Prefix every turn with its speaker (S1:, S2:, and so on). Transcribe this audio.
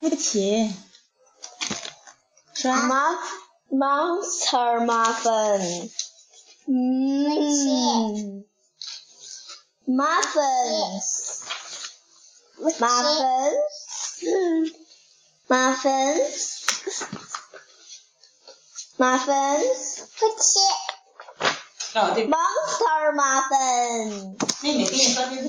S1: 对不起，刷，
S2: Mouth, monster muffin.
S1: 嗯
S2: Mm. Muffins. Muffins. Muffins. Muffins.
S3: 老弟，
S2: Monster muffin.
S3: 妹妹跟你说这是